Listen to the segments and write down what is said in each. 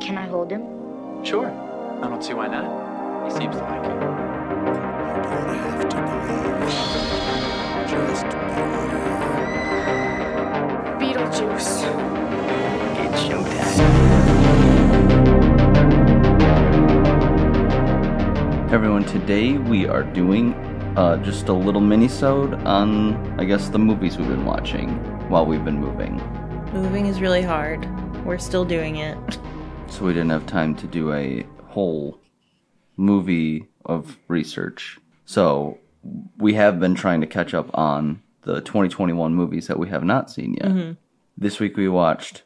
Can I hold him? Sure. I don't see why not. He seems to like it. You're gonna have to believe. Just believe. Beetlejuice. It's showtime. Everyone, today we are doing uh, just a little mini-sode on, I guess, the movies we've been watching while we've been moving. Moving is really hard. We're still doing it. So we didn't have time to do a whole movie of research. So we have been trying to catch up on the 2021 movies that we have not seen yet. This week we watched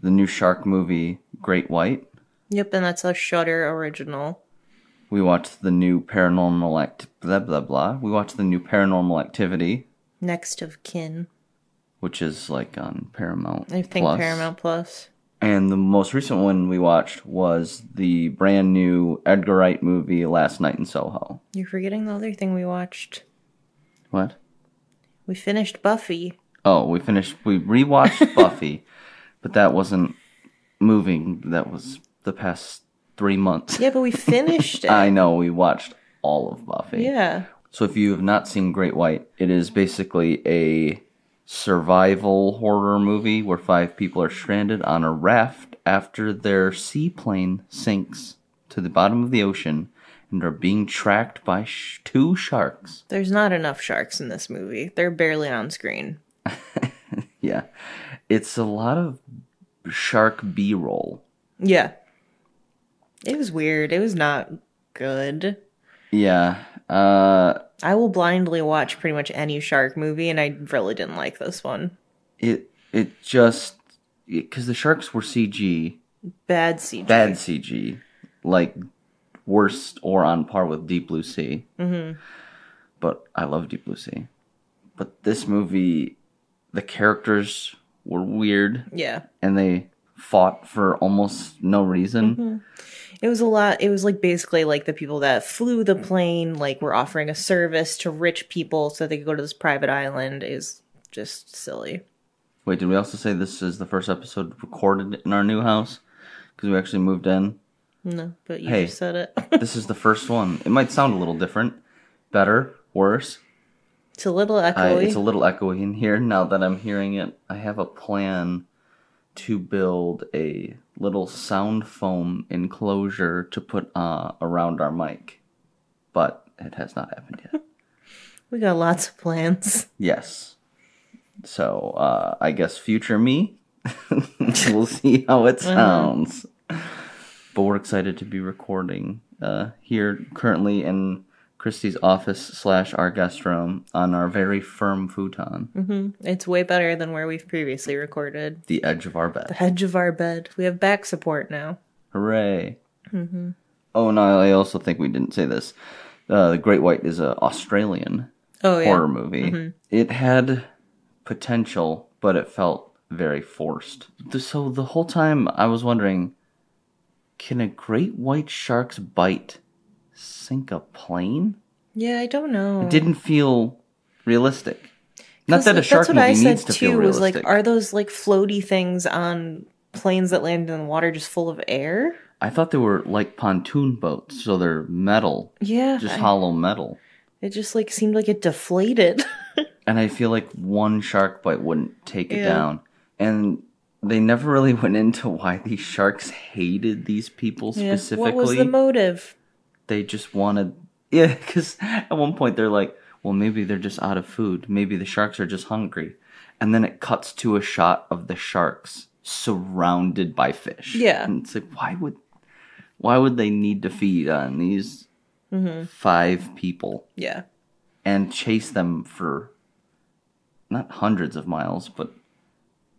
the new shark movie, Great White. Yep, and that's a Shutter original. We watched the new paranormal act blah blah blah. We watched the new paranormal activity, Next of kin, which is like on Paramount. I think Plus. Paramount Plus. And the most recent one we watched was the brand new Edgar Wright movie Last Night in Soho. You're forgetting the other thing we watched. What? We finished Buffy. Oh, we finished we rewatched Buffy, but that wasn't moving. That was the past 3 months. Yeah, but we finished it. I know we watched all of Buffy. yeah. So if you have not seen Great White, it is basically a survival horror movie where five people are stranded on a raft after their seaplane sinks to the bottom of the ocean and are being tracked by sh- two sharks. There's not enough sharks in this movie. They're barely on screen. Yeah. It's a lot of shark B-roll. Yeah. It was weird. It was not good. Yeah. Uh I will blindly watch pretty much any shark movie, and I really didn't like this one. it it just cuz the sharks were CG Bad CG. bad CG, like worse or on par with Deep Blue Sea. Mm-hmm. But I love Deep Blue Sea. But this movie, the characters were weird Yeah. and they fought for almost no reason. It was a lot. It was like basically like the people that flew the plane, like were offering a service to rich people so they could go to this private island. Is just silly. Wait, did we also say this is the first episode recorded in our new house? Because we actually moved in. No, but you Hey. just said it. this is the first one. It might sound a little different, better, worse. it's a little echoey. I, Uh, it's a little echoey in here now that I'm hearing it. I have a plan to build a little sound foam enclosure to put uh, around our mic, but it has not happened yet. we got lots of plans. yes. So uh, I guess future me, we'll see how it sounds. But we're excited to be recording uh, here currently in Christie's office slash our guest room on our very firm futon. It's way better than where we've previously recorded. the edge of our bed. Hedge of our bed. We have back support now. Hooray! Mm-hmm. Oh, and I also think we didn't say this. Uh, the Great White is an Australian Oh yeah. horror movie. It had potential, but it felt very forced. Th- So the whole time I was wondering, can a great white shark's bite sink a plane? Yeah, I don't know. It didn't feel realistic. Not 'Cause that a shark movie needs to feel was realistic. like, are those like floaty things on planes that land in the water just full of air? I thought they were like pontoon boats, so they're metal. Yeah. just I- hollow metal. It just like seemed like it deflated. And I feel like one shark bite wouldn't take it Yeah. down. And they never really went into why these sharks hated these people specifically. What was the motive? they just wanted, yeah, because at one point they're like, well, maybe they're just out of food. Maybe the sharks are just hungry. And then it cuts to a shot of the sharks surrounded by fish. Yeah. and it's like, why would, why would they need to feed on these Mm-hmm. five people? Yeah. and chase them for not hundreds of miles, but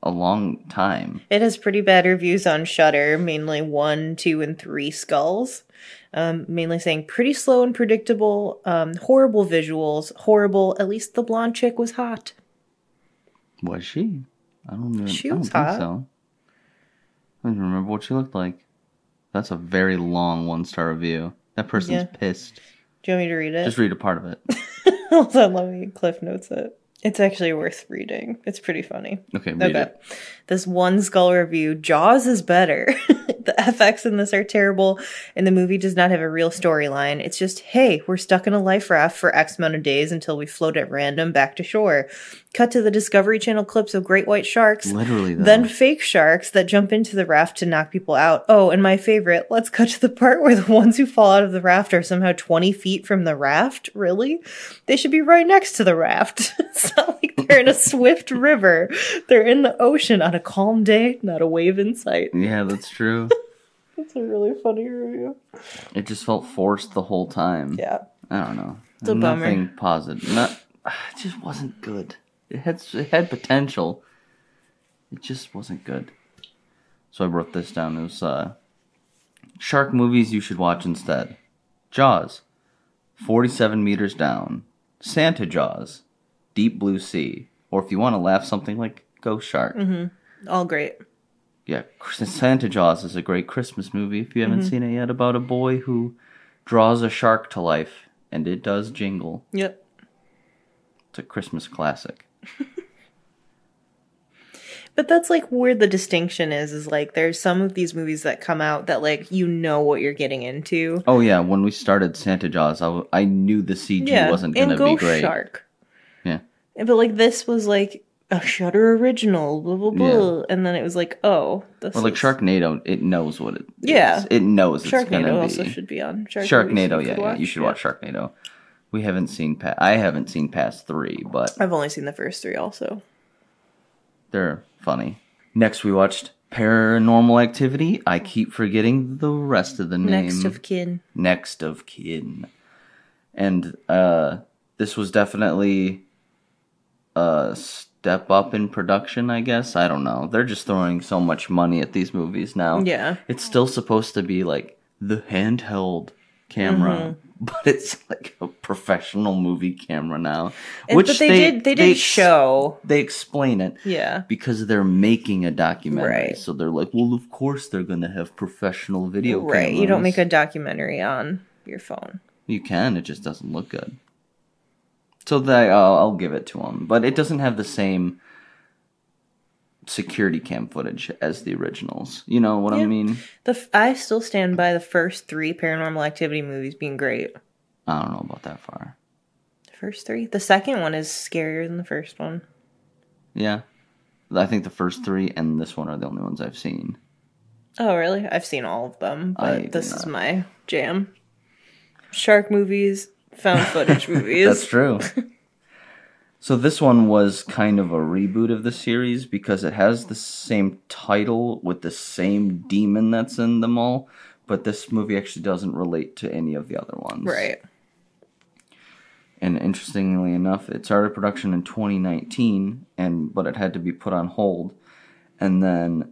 a long time. It has pretty bad reviews on Shutter, mainly one, two, and three skulls. Um, mainly saying pretty slow and predictable, um, horrible visuals, horrible. At least the blonde chick was hot. Was she? I don't know. She I don't was think hot. so. I don't remember what she looked like. That's a very long one star review. That person's Yeah. pissed. Do you want me to read it? Just read a part of it. Hold on, let me cliff notes it. It's actually worth reading. It's pretty funny. Okay, read Okay. it. This one skull review, Jaws is better. the FX in this are terrible, and the movie does not have a real storyline. It's just, hey, we're stuck in a life raft for X amount of days until we float at random back to shore. Cut to the Discovery Channel clips of great white sharks. Literally, though. Then fake sharks that jump into the raft to knock people out. Oh, and my favorite, let's cut to the part where the ones who fall out of the raft are somehow 20 feet from the raft. Really? They should be right next to the raft. it's not like they're in a swift river, they're in the ocean on a calm day, not a wave in sight. yeah, that's true. It's a really funny review. it just felt forced the whole time. Yeah. I don't know. It's a bummer. Nothing positive. Not, it just wasn't good. It had it had potential. It just wasn't good. So I wrote this down. It was uh, shark movies you should watch instead. Jaws, forty-seven meters down. Santa Jaws, Deep Blue Sea, or if you want to laugh, something like Ghost Shark. Mm-hmm. All great. Yeah, Chris- Santa Jaws is a great Christmas movie if you haven't Mm-hmm. seen it yet about a boy who draws a shark to life and it does jingle. Yep. It's a Christmas classic. But that's like where the distinction is is like there's some of these movies that come out that like you know what you're getting into. Oh yeah, when we started Santa Jaws, I, w- I knew the CG wasn't going and to be Ghost great. Shark. Yeah. And- But like this was like a Shutter original, blah blah blah, and then it was like, oh, this Well, like is- Sharknado, it knows what it. Yeah. is. it knows it's going Sharknado to be. also should be on Shark movies Sharknado, we yeah, could yeah, you should watch Sharknado. We haven't seen pa- I haven't seen past three, but I've only seen the first three, also. They're funny. Next, we watched Paranormal Activity. I keep forgetting the rest of the name. Next of Kin. Next of Kin. And uh, this was definitely a step up in production, I guess. I don't know. They're just throwing so much money at these movies now. Yeah. It's still supposed to be like the handheld Mm-hmm. camera. But it's like a professional movie camera now, And- but they, did they did show. They explain it, Yeah. because they're making a documentary. Right. So they're like, well, of course they're going to have professional video Right. You don't make cameras." a documentary on your phone. You can. It just doesn't look good. So they, I'll I'll give it to them, but it doesn't have the same security cam footage as the originals. You know what I Yeah. mean? The f- I still stand by the first three Paranormal Activity movies being great. I don't know about that far. The first three. The second one is scarier than the first one. Yeah, I think the first three and this one are the only ones I've seen. Oh, really? I've seen all of them, I but did this is not. my jam. Shark movies, found footage movies. That's true. so this one was kind of a reboot of the series because it has the same title with the same demon that's in them all, but this movie actually doesn't relate to any of the other ones. Right. And interestingly enough, it started production in 2019, and but it had to be put on hold, and then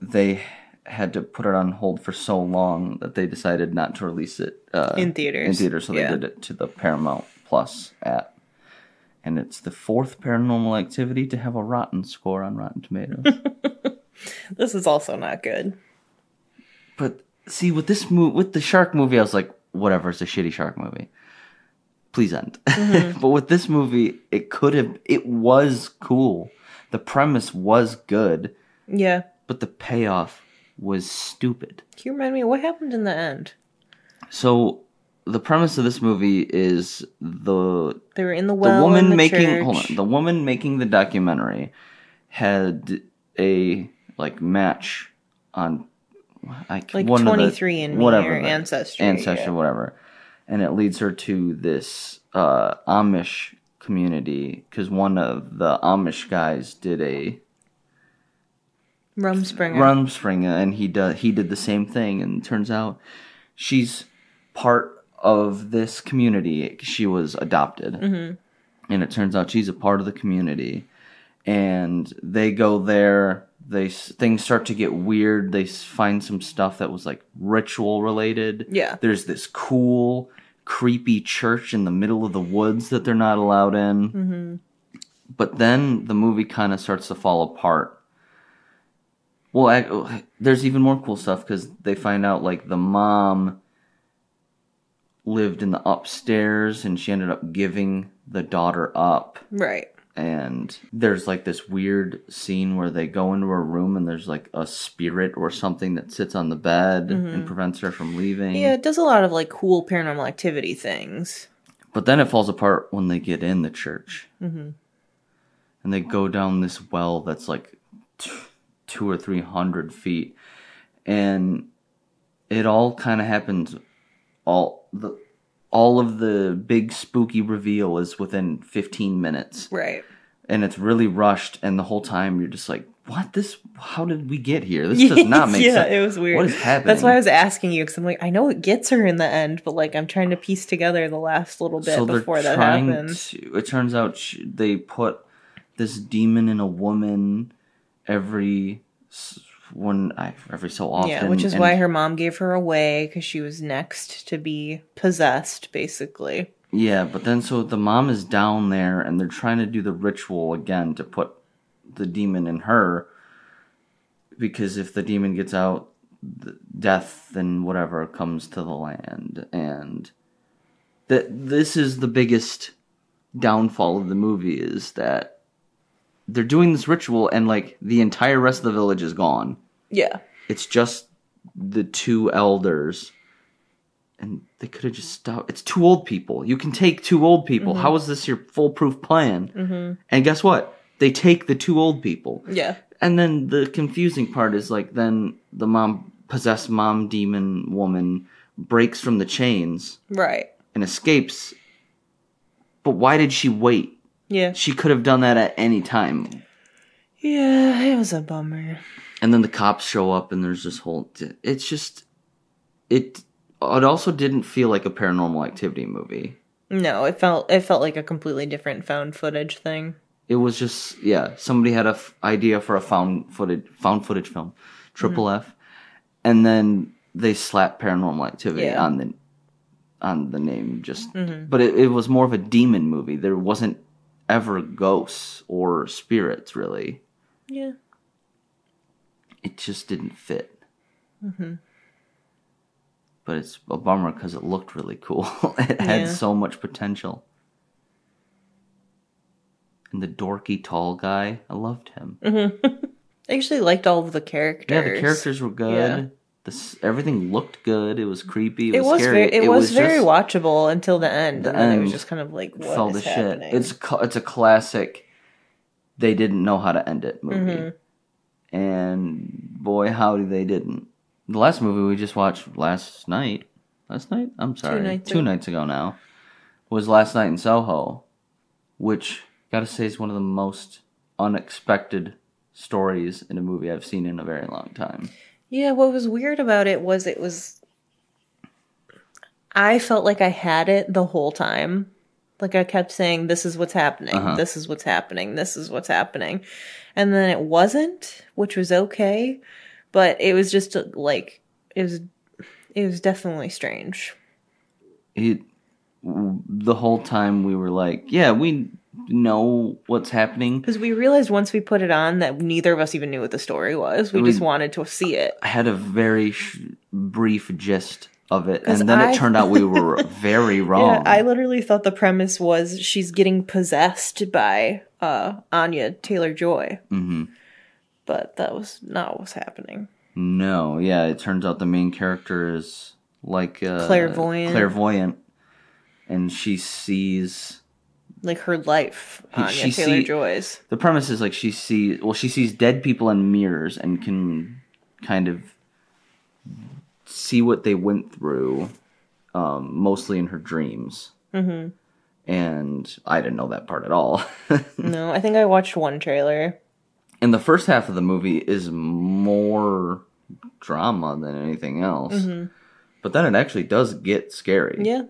they had to put it on hold for so long that they decided not to release it uh, In theaters. In theaters, so they Yeah. did it to the Paramount Plus app, and it's the fourth Paranormal Activity to have a rotten score on Rotten Tomatoes. This is also not good. But see, with this movie, with the shark movie, I was like, whatever, it's a shitty shark movie. Please end. but with this movie, it could have, it was cool. The premise was good, Yeah. but the payoff was stupid. Can you remind me what happened in the end? So the premise of this movie is the They were in the well. the in woman the making church. hold on the woman making the documentary had a like match on I, Like one of the- 23 and whatever whatever the- ancestry. ancestry, yeah. whatever. And it leads her to this uh, Amish community because one of the Amish guys did a Rumspringer. Rumspringa, and he does he did the same thing. And turns out she's part of this community. She was adopted, Mm-hmm. and it turns out she's a part of the community. And they go there. They s- things start to get weird. They s- find some stuff that was like ritual related. Yeah. there's this cool, creepy church in the middle of the woods that they're not allowed in. Mm-hmm. But then the movie kind of starts to fall apart well, I, oh, there's even more cool stuff because they find out like the mom lived in the upstairs and she ended up giving the daughter up Right. and there's like this weird scene where they go into a room and there's like a spirit or something that sits on the bed and prevents her from leaving. Yeah, it does a lot of like cool paranormal activity things. But then it falls apart when they get in the church. Mm-hmm. And they go down this well that's like t- two or three hundred feet. And it all kind of happens. All the all of the big spooky reveal is within 15 minutes Right. and it's really rushed and the whole time you're just like what this how did we get here this does not make yeah, sense it was weird. what is happening That's why I was asking you because I'm like, I know it gets her in the end, but like I'm trying to piece together the last little bit before that happens. To, it turns out she, they put this demon in a woman every s- one I, every so often. Yeah, which is and- why her mom gave her away because she was next to be possessed, basically. Yeah, but then so the mom is down there and they're trying to do the ritual again to put the demon in her because if the demon gets out the death and whatever comes to the land and that this is the biggest downfall of the movie is that they're doing this ritual and like the entire rest of the village is gone Yeah. it's just the two elders and they could have just stopped it's two old people you can take two old people How is this your foolproof plan mm-hmm. and guess what they take the two old people Yeah. and then the confusing part is like then the mom possessed mom demon woman breaks from the chains Right. and escapes but why did she wait Yeah. she could have done that at any time Yeah, it was a bummer. and then the cops show up and there's this whole it's just it it also didn't feel like a paranormal activity movie No, it felt it felt like a completely different found footage thing. it was just yeah somebody had a f- idea for a found footage found footage film triple f and then they slapped paranormal activity Yeah. on the on the name just but it, it was more of a demon movie there wasn't ever ghosts or spirits really Yeah. it just didn't fit. Mm-hmm. But it's a bummer because it looked really cool. it Yeah. had so much potential. And the dorky tall guy, I loved him. Mm-hmm. I actually liked all of the characters. Yeah, the characters were Yeah. good. This everything looked good. It was creepy. It, It was scary. very it, was, very just- watchable until the end, The and then it was end just kind of like what fell is to shit. happening? It's cl- it's a classic. They didn't know how to end it movie, Mm-hmm. and boy, howdy, they didn't. The last movie we just watched last night, last night, I'm sorry, two nights nights, ago. ago now, was last night in Soho, which gotta say is one of the most unexpected stories in a movie I've seen in a very long time. Yeah, what was weird about it was it was I felt like I had it the whole time. Like I kept saying this is what's happening. Uh-huh. This is what's happening. This is what's happening. And then it wasn't, which was okay, but it was just like it was it was definitely strange. it w- the whole time we were like, yeah, we know what's happening. Because we realized once we put it on that neither of us even knew what the story was. We We- just wanted to see it. I had a very sh- brief gist of it, 'Cause and then I- it turned out we were very Yeah, wrong. I literally thought the premise was she's getting possessed by uh, Anya Taylor Joy, hmm but that was not what's happening. No, yeah, it turns out the main character is like uh, Clairvoyant. clairvoyant, and she sees. Like her life, He- Anya she Taylor see- Joy's. The premise is like she sees. Well, she sees dead people in mirrors and can kind of see what they went through, um, mostly in her dreams. Mm-hmm. And I didn't know that part at all. No, I think I watched one trailer. and the first half of the movie is more drama than anything else. But then it actually does get scary. Mm-hmm. Yeah,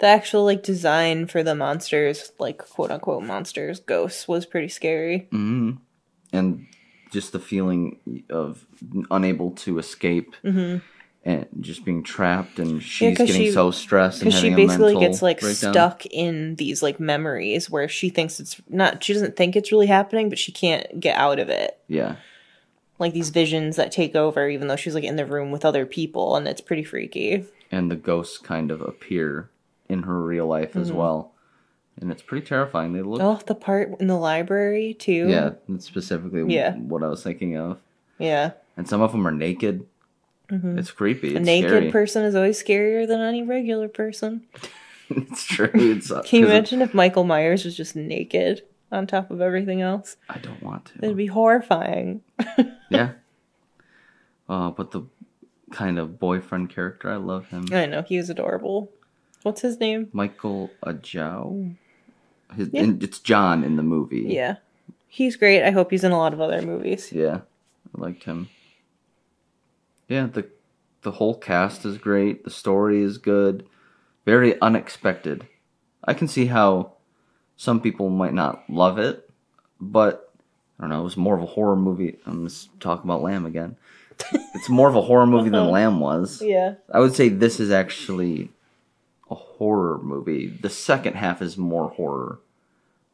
the actual like design for the monsters, like quote unquote monsters, ghosts, was pretty scary. hmm And just the feeling of unable to escape and just being trapped, and she's Mm-hmm. 'cause getting she- so stressed and Because she having a basically mental gets like breakdown. stuck in these like memories where she thinks it's not. She doesn't think it's really happening, but she can't get out of it. Yeah, like these visions that take over even though she's like in the room with other people and it's pretty freaky and the ghosts kind of appear in her real life as well. and it's pretty terrifying. They look. Mm-hmm. Oh, the part in the library too. Yeah, that's specifically Yeah. what I was thinking of. Yeah. Mm-hmm. And some of them are naked. It's creepy. A It's naked scary. person is always scarier than any regular person. it's true. It's, uh, Can you 'cause it- imagine if Michael Myers was just naked on top of everything else? I don't want to. It'd be horrifying. Yeah. Uh, but the kind of boyfriend character, I love him. I know, he was adorable. What's his name? Michael Ajao. His, Yeah. and it's John in the movie. Yeah. He's great. I hope he's in a lot of other movies. Yeah. I liked him. Yeah, the the whole cast is great. The story is good. Very unexpected. I can see how some people might not love it, but I don't know, it was more of a horror movie. I'm just talking about Lamb again. it's more of a horror movie than Lamb was. Yeah. I would say this is actually a horror movie. The second half is more horror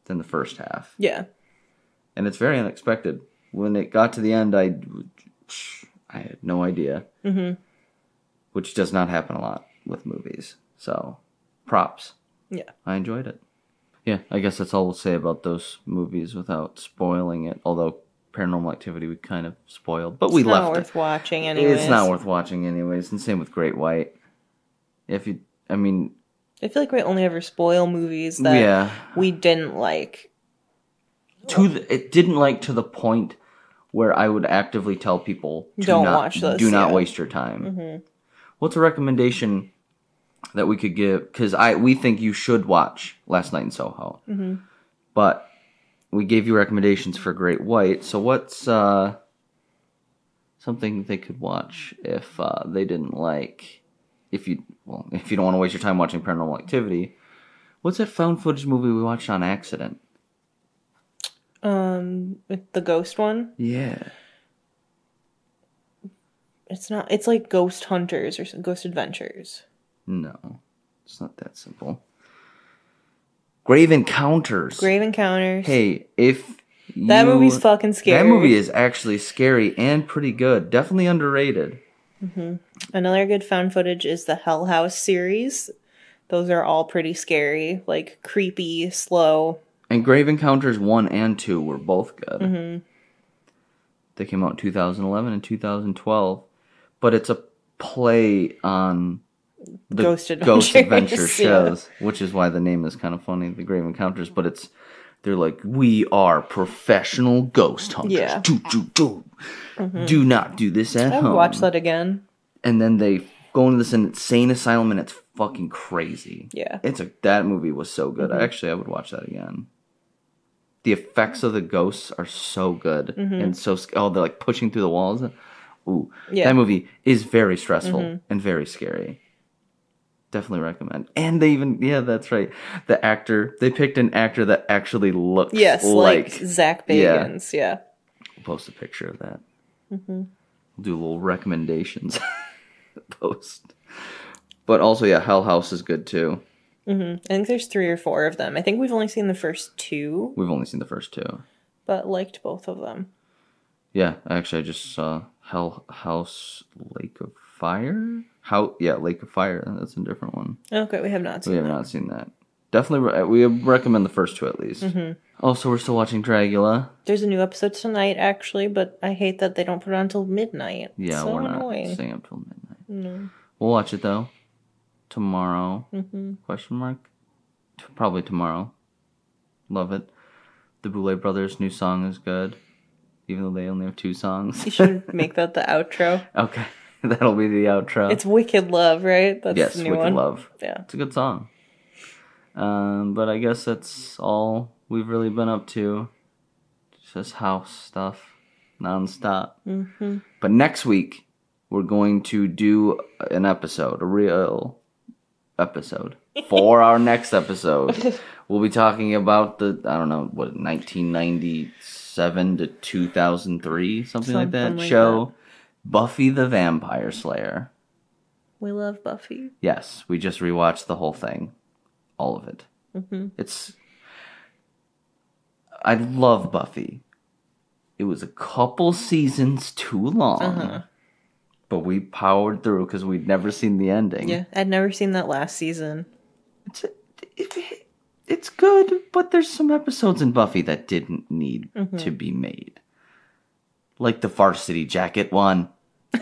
than the first half, Yeah. and it's very unexpected. When it got to the end, I I had no idea, mm-hmm. which does not happen a lot with movies. So, props. Yeah. I enjoyed it. Yeah, I guess that's all we'll say about those movies without spoiling it. Although Paranormal Activity we kind of spoiled, but we it's left not it. worth watching anyways. It's not worth watching anyways, and same with Great White. If you, I mean, I feel like we only ever spoil movies that yeah, we didn't like. to the, it didn't like to the point where I would actively tell people to Don't not, watch this, do not yeah. waste your time. What's a recommendation that we could give? Because I we think you should watch Last Night in Soho, but we gave you recommendations for Great White. So what's uh, something they could watch if uh, they didn't like? If you well, if you don't want to waste your time watching Paranormal Activity, what's that found footage movie we watched on accident? Um with the ghost one. Yeah. It's not it's like Ghost Hunters or some- Ghost Adventures. No, it's not that simple. Grave Encounters. Grave Encounters. Hey, if that you- movie's fucking scary. That movie is actually scary and pretty good. Definitely underrated. Another good found footage is the Hell House series. Those are all pretty scary, like creepy, slow. And Grave Encounters one and two were both good. Mm-hmm. They came out in 2011 and 2012, but it's a play on the Ghost Ghost Adventures, Adventure yeah. shows, which is why the name is kind of funny, The Grave Encounters. But it's they're like we are professional ghost hunters. Yeah. Mm-hmm. Do, do, do. do not do this at I would home. watch that again. And then they go into this insane asylum, and it's fucking crazy. Yeah. It's a that movie was so good. Mm-hmm. Actually, I would watch that again. The effects of the ghosts are so good Mm-hmm. and so sc- oh they're like pushing through the walls. Ooh, Yeah. Mm-hmm. that movie is very stressful and very scary. Definitely recommend. And they even yeah, that's right. The actor they picked an actor that actually looks Yes, like, Zach Yeah. Bagans. Yeah. We'll post a picture of that. Mm-hmm. We'll do little recommendations post. But also, yeah, Hell House is good too. I think there's three or four of them. I think we've only seen the first two, We've only seen the first two. but liked both of them. Yeah, actually, I just saw Hell House Lake of Fire. How? Yeah, Lake of Fire. That's a different one. Okay, we have not We seen. have not seen that. Definitely, re- we recommend the first two at least. Mm-hmm. Also, we're still watching Dragula. There's a new episode tonight, actually, but I hate that they don't put it on until midnight. Yeah, so we're not annoying. staying up till midnight. We'll watch it though tomorrow. Mm-hmm. Question mark? T- Probably tomorrow. Love it. The Boulet Brothers' new song is good, even though they only have two songs. You should make that the outro. okay, that'll be the outro. It's Wicked Love, right? That's yes, the we new one. love. Yeah. It's a good song. Um, but I guess that's all we've really been up to. Just house stuff, nonstop. Mm-hmm. But next week we're going to do an episode, a real episode for our next episode. We'll be talking about the I don't know what 1997 to 2003 something, like that Something like show, Buffy the Vampire Slayer. We love Buffy. Yes, we just rewatched the whole thing, all of it. It's. I love Buffy. It was a couple seasons too long, but we powered through because we'd never seen the ending. Yeah, I'd never seen that last season. It's a, it, it's good, but there's some episodes in Buffy that didn't need to be made. Like the varsity jacket one. I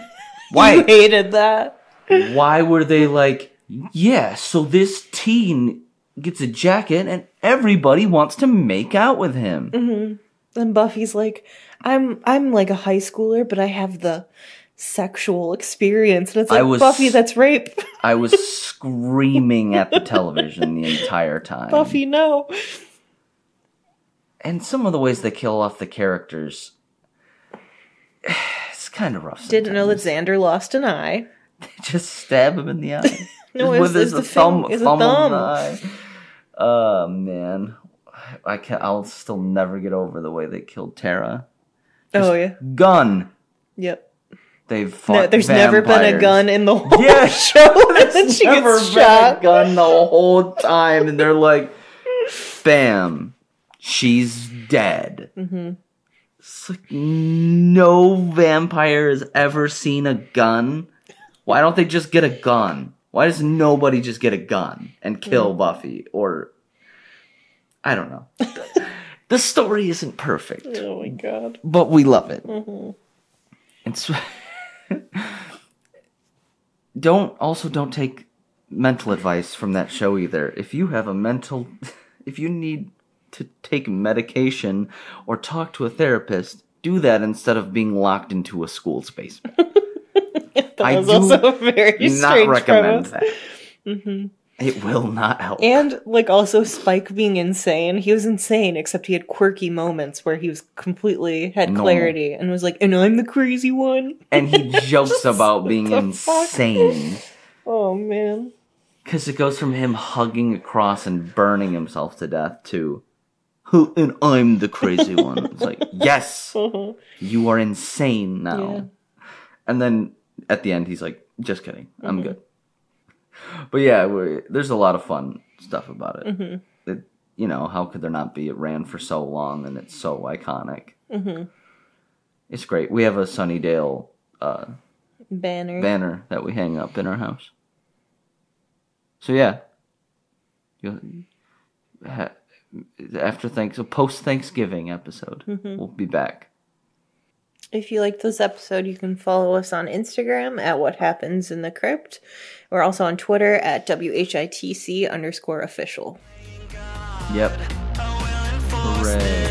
Why hated that. why were they like, yeah, so this teen gets a jacket and everybody wants to make out with him. Mm-hmm. And Buffy's like, I'm I'm like a high schooler, but I have the sexual experience. And it's I like was- Buffy, that's rape. I was screaming at the television the entire time. Buffy, no. And some of the ways they kill off the characters it's kind of rough. Didn't know that sometimes. Xander lost an eye. just stab him in the eye. No, Just it's- with it's his the thumb, thing- it's a thumb, thumb. on the eye. Oh man, I can not I'll still never get over the way they killed Tara. Oh yeah. Gun. Yep. They've fought. No, there's never been a vampires. gun in the whole Yeah. show that There's she never gets been a shot. gun the whole time, and they're like, "Bam, she's dead." Mhm. It's like no vampire has ever seen a gun. Why don't they just get a gun? Why does nobody just get a gun and kill Mm. Buffy or I don't know. the story isn't perfect, Oh my god. but we love it. Mm-hmm. It's don't also don't take mental advice from that show either. If you have a mental, if you need to take medication or talk to a therapist, do that instead of being locked into a school space. That I was do also a very Not strange recommend premise. Mm-hmm. that. It will not help. And like also Spike being insane. He was insane, except he had quirky moments where he was completely had Normal. clarity and was like, and I'm the crazy one. and he jokes about being the fuck? insane Oh man. because it goes from him hugging a cross and burning himself to death to who and i'm the crazy one it's like yes Uh-huh. you are insane now Yeah. and then at the end he's like just kidding i'm good but yeah we there's a lot of fun stuff about it. it you know how could there not be it ran for so long and it's so iconic it's great we have a sunnydale uh, Banner. banner that we hang up in our house. So yeah, you ha, after thanks a post Thanksgiving episode, we'll be back. If you liked this episode, you can follow us on Instagram at What Happens in the Crypt. We're also on Twitter at WHITC underscore official. Yep. Hooray.